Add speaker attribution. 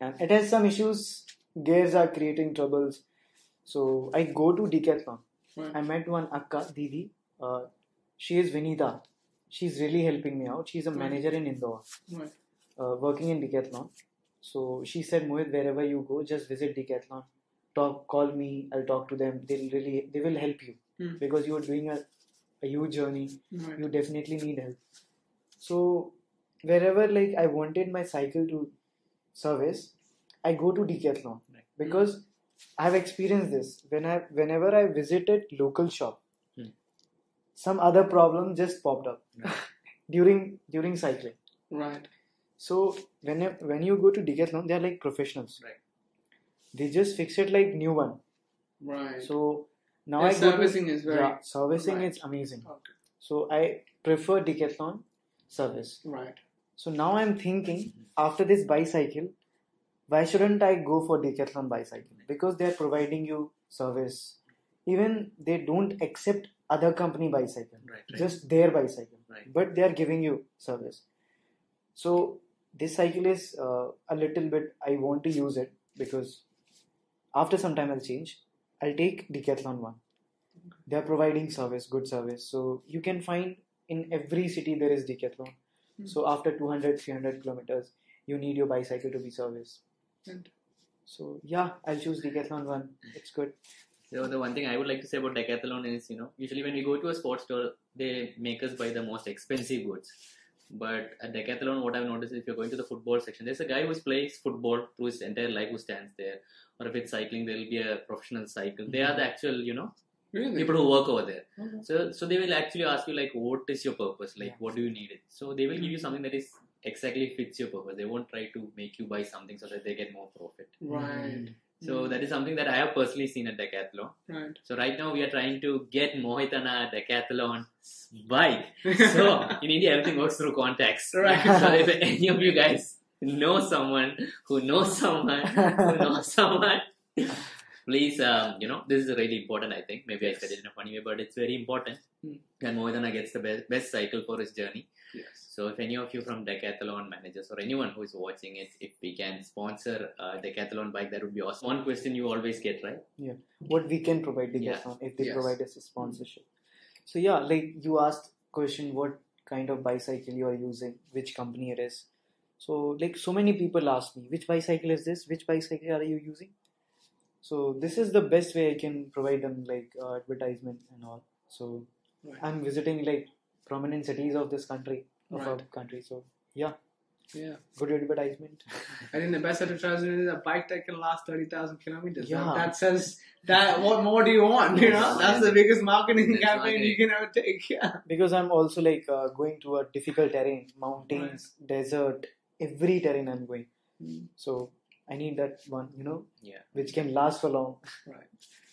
Speaker 1: and it has some issues. Gears are creating troubles. So I go to Decathlon.
Speaker 2: Right.
Speaker 1: I met one Akka Didi. Uh, she is Vinita. She's really helping me out. She's a manager in Indore,
Speaker 2: Right.
Speaker 1: uh, working in Decathlon. So she said, Mohit, wherever you go, just visit Decathlon. Talk, call me. I'll talk to them. They'll really, they will help you
Speaker 2: Hmm.
Speaker 1: because you are doing a, a huge journey
Speaker 2: Right.
Speaker 1: you definitely need help so wherever like i wanted my cycle to service i go to decathlon
Speaker 3: Right.
Speaker 1: because i have experienced this when i whenever i visited local shop
Speaker 3: Hmm.
Speaker 1: some other problem just popped up during during cycling
Speaker 2: Right.
Speaker 1: so when when you go to decathlon they are like professionals
Speaker 3: Right.
Speaker 1: they just fix it like new one
Speaker 2: Right.
Speaker 1: so now
Speaker 2: Their
Speaker 1: i go to,
Speaker 2: servicing is very
Speaker 1: yeah, servicing
Speaker 2: right.
Speaker 1: is amazing
Speaker 2: Okay.
Speaker 1: so i prefer decathlon service
Speaker 2: right.
Speaker 1: so now I'm thinking after this bicycle, why shouldn't I go for Decathlon bicycle? Because they're providing you service. Even they don't accept other company bicycle,
Speaker 3: Right, right.
Speaker 1: just their bicycle.
Speaker 3: Right.
Speaker 1: But they are giving you service. So this cycle is uh, a little bit. I want to use it because after some time I'll change. I'll take Decathlon one. They are providing service, good service. So you can find in every city there is Decathlon. So after 200, 300 kilometers, you need your bicycle to be serviced.
Speaker 2: And-
Speaker 1: So yeah, I'll choose Decathlon one. It's good.
Speaker 3: So the one thing I would like to say about decathlon is, you know, usually when we go to a sports store, they make us buy the most expensive goods. But at decathlon, what I've noticed is if you're going to the football section, there's a guy who plays football through his entire life who stands there. Or if it's cycling, there'll be a professional cycle. They are the actual, you know,
Speaker 2: Really?
Speaker 3: people who work over there.
Speaker 2: Okay.
Speaker 3: So so they will actually ask you like, what is your purpose? Like,
Speaker 1: Yeah.
Speaker 3: what do you need it? So they will give you something that is exactly fits your purpose. They won't try to make you buy something so that they get more profit.
Speaker 2: Right.
Speaker 3: So that is something that I have personally seen at decathlon.
Speaker 2: Right.
Speaker 3: So right now we are trying to get Mohitana decathlon bike. So in India everything works through contacts.
Speaker 2: Right.
Speaker 3: So if any of you guys know someone who knows someone who knows someone, please um, you know this is really important. I think maybe I said it in a funny way, but it's very important.
Speaker 2: Hmm.
Speaker 3: And Mohitana gets the best, best cycle for his journey.
Speaker 2: yes.
Speaker 3: So if any of you from Decathlon managers or anyone who is watching it, if we can sponsor uh, Decathlon bike, that would be awesome. One question you always get right.
Speaker 1: What we can provide Decathlon
Speaker 3: Yeah.
Speaker 1: if they
Speaker 2: Yes. Mm-hmm.
Speaker 1: provide us a sponsorship. So yeah, like you asked question, what kind of bicycle you are using, which company it is. So like so many people ask me, which bicycle is this? Which bicycle are you using? So this is the best way I can provide them like uh, advertisement and all. So
Speaker 2: Right.
Speaker 1: I'm visiting like prominent cities of this country, of our
Speaker 2: Right.
Speaker 1: country. So
Speaker 2: Yeah.
Speaker 1: good advertisement.
Speaker 2: And in the best advertisement is a bike that can last 30,000 kilometers.
Speaker 1: Yeah.
Speaker 2: Now, That says that what more do you want? You know, that's the biggest marketing
Speaker 3: That's
Speaker 2: campaign
Speaker 3: marketing.
Speaker 2: you can ever take. Yeah.
Speaker 1: Because I'm also like uh, going to a difficult terrain, mountains, desert, every terrain I'm going.
Speaker 2: Mm.
Speaker 1: So I need that one, you know,
Speaker 3: Yeah.
Speaker 1: which can last for long.
Speaker 2: Right.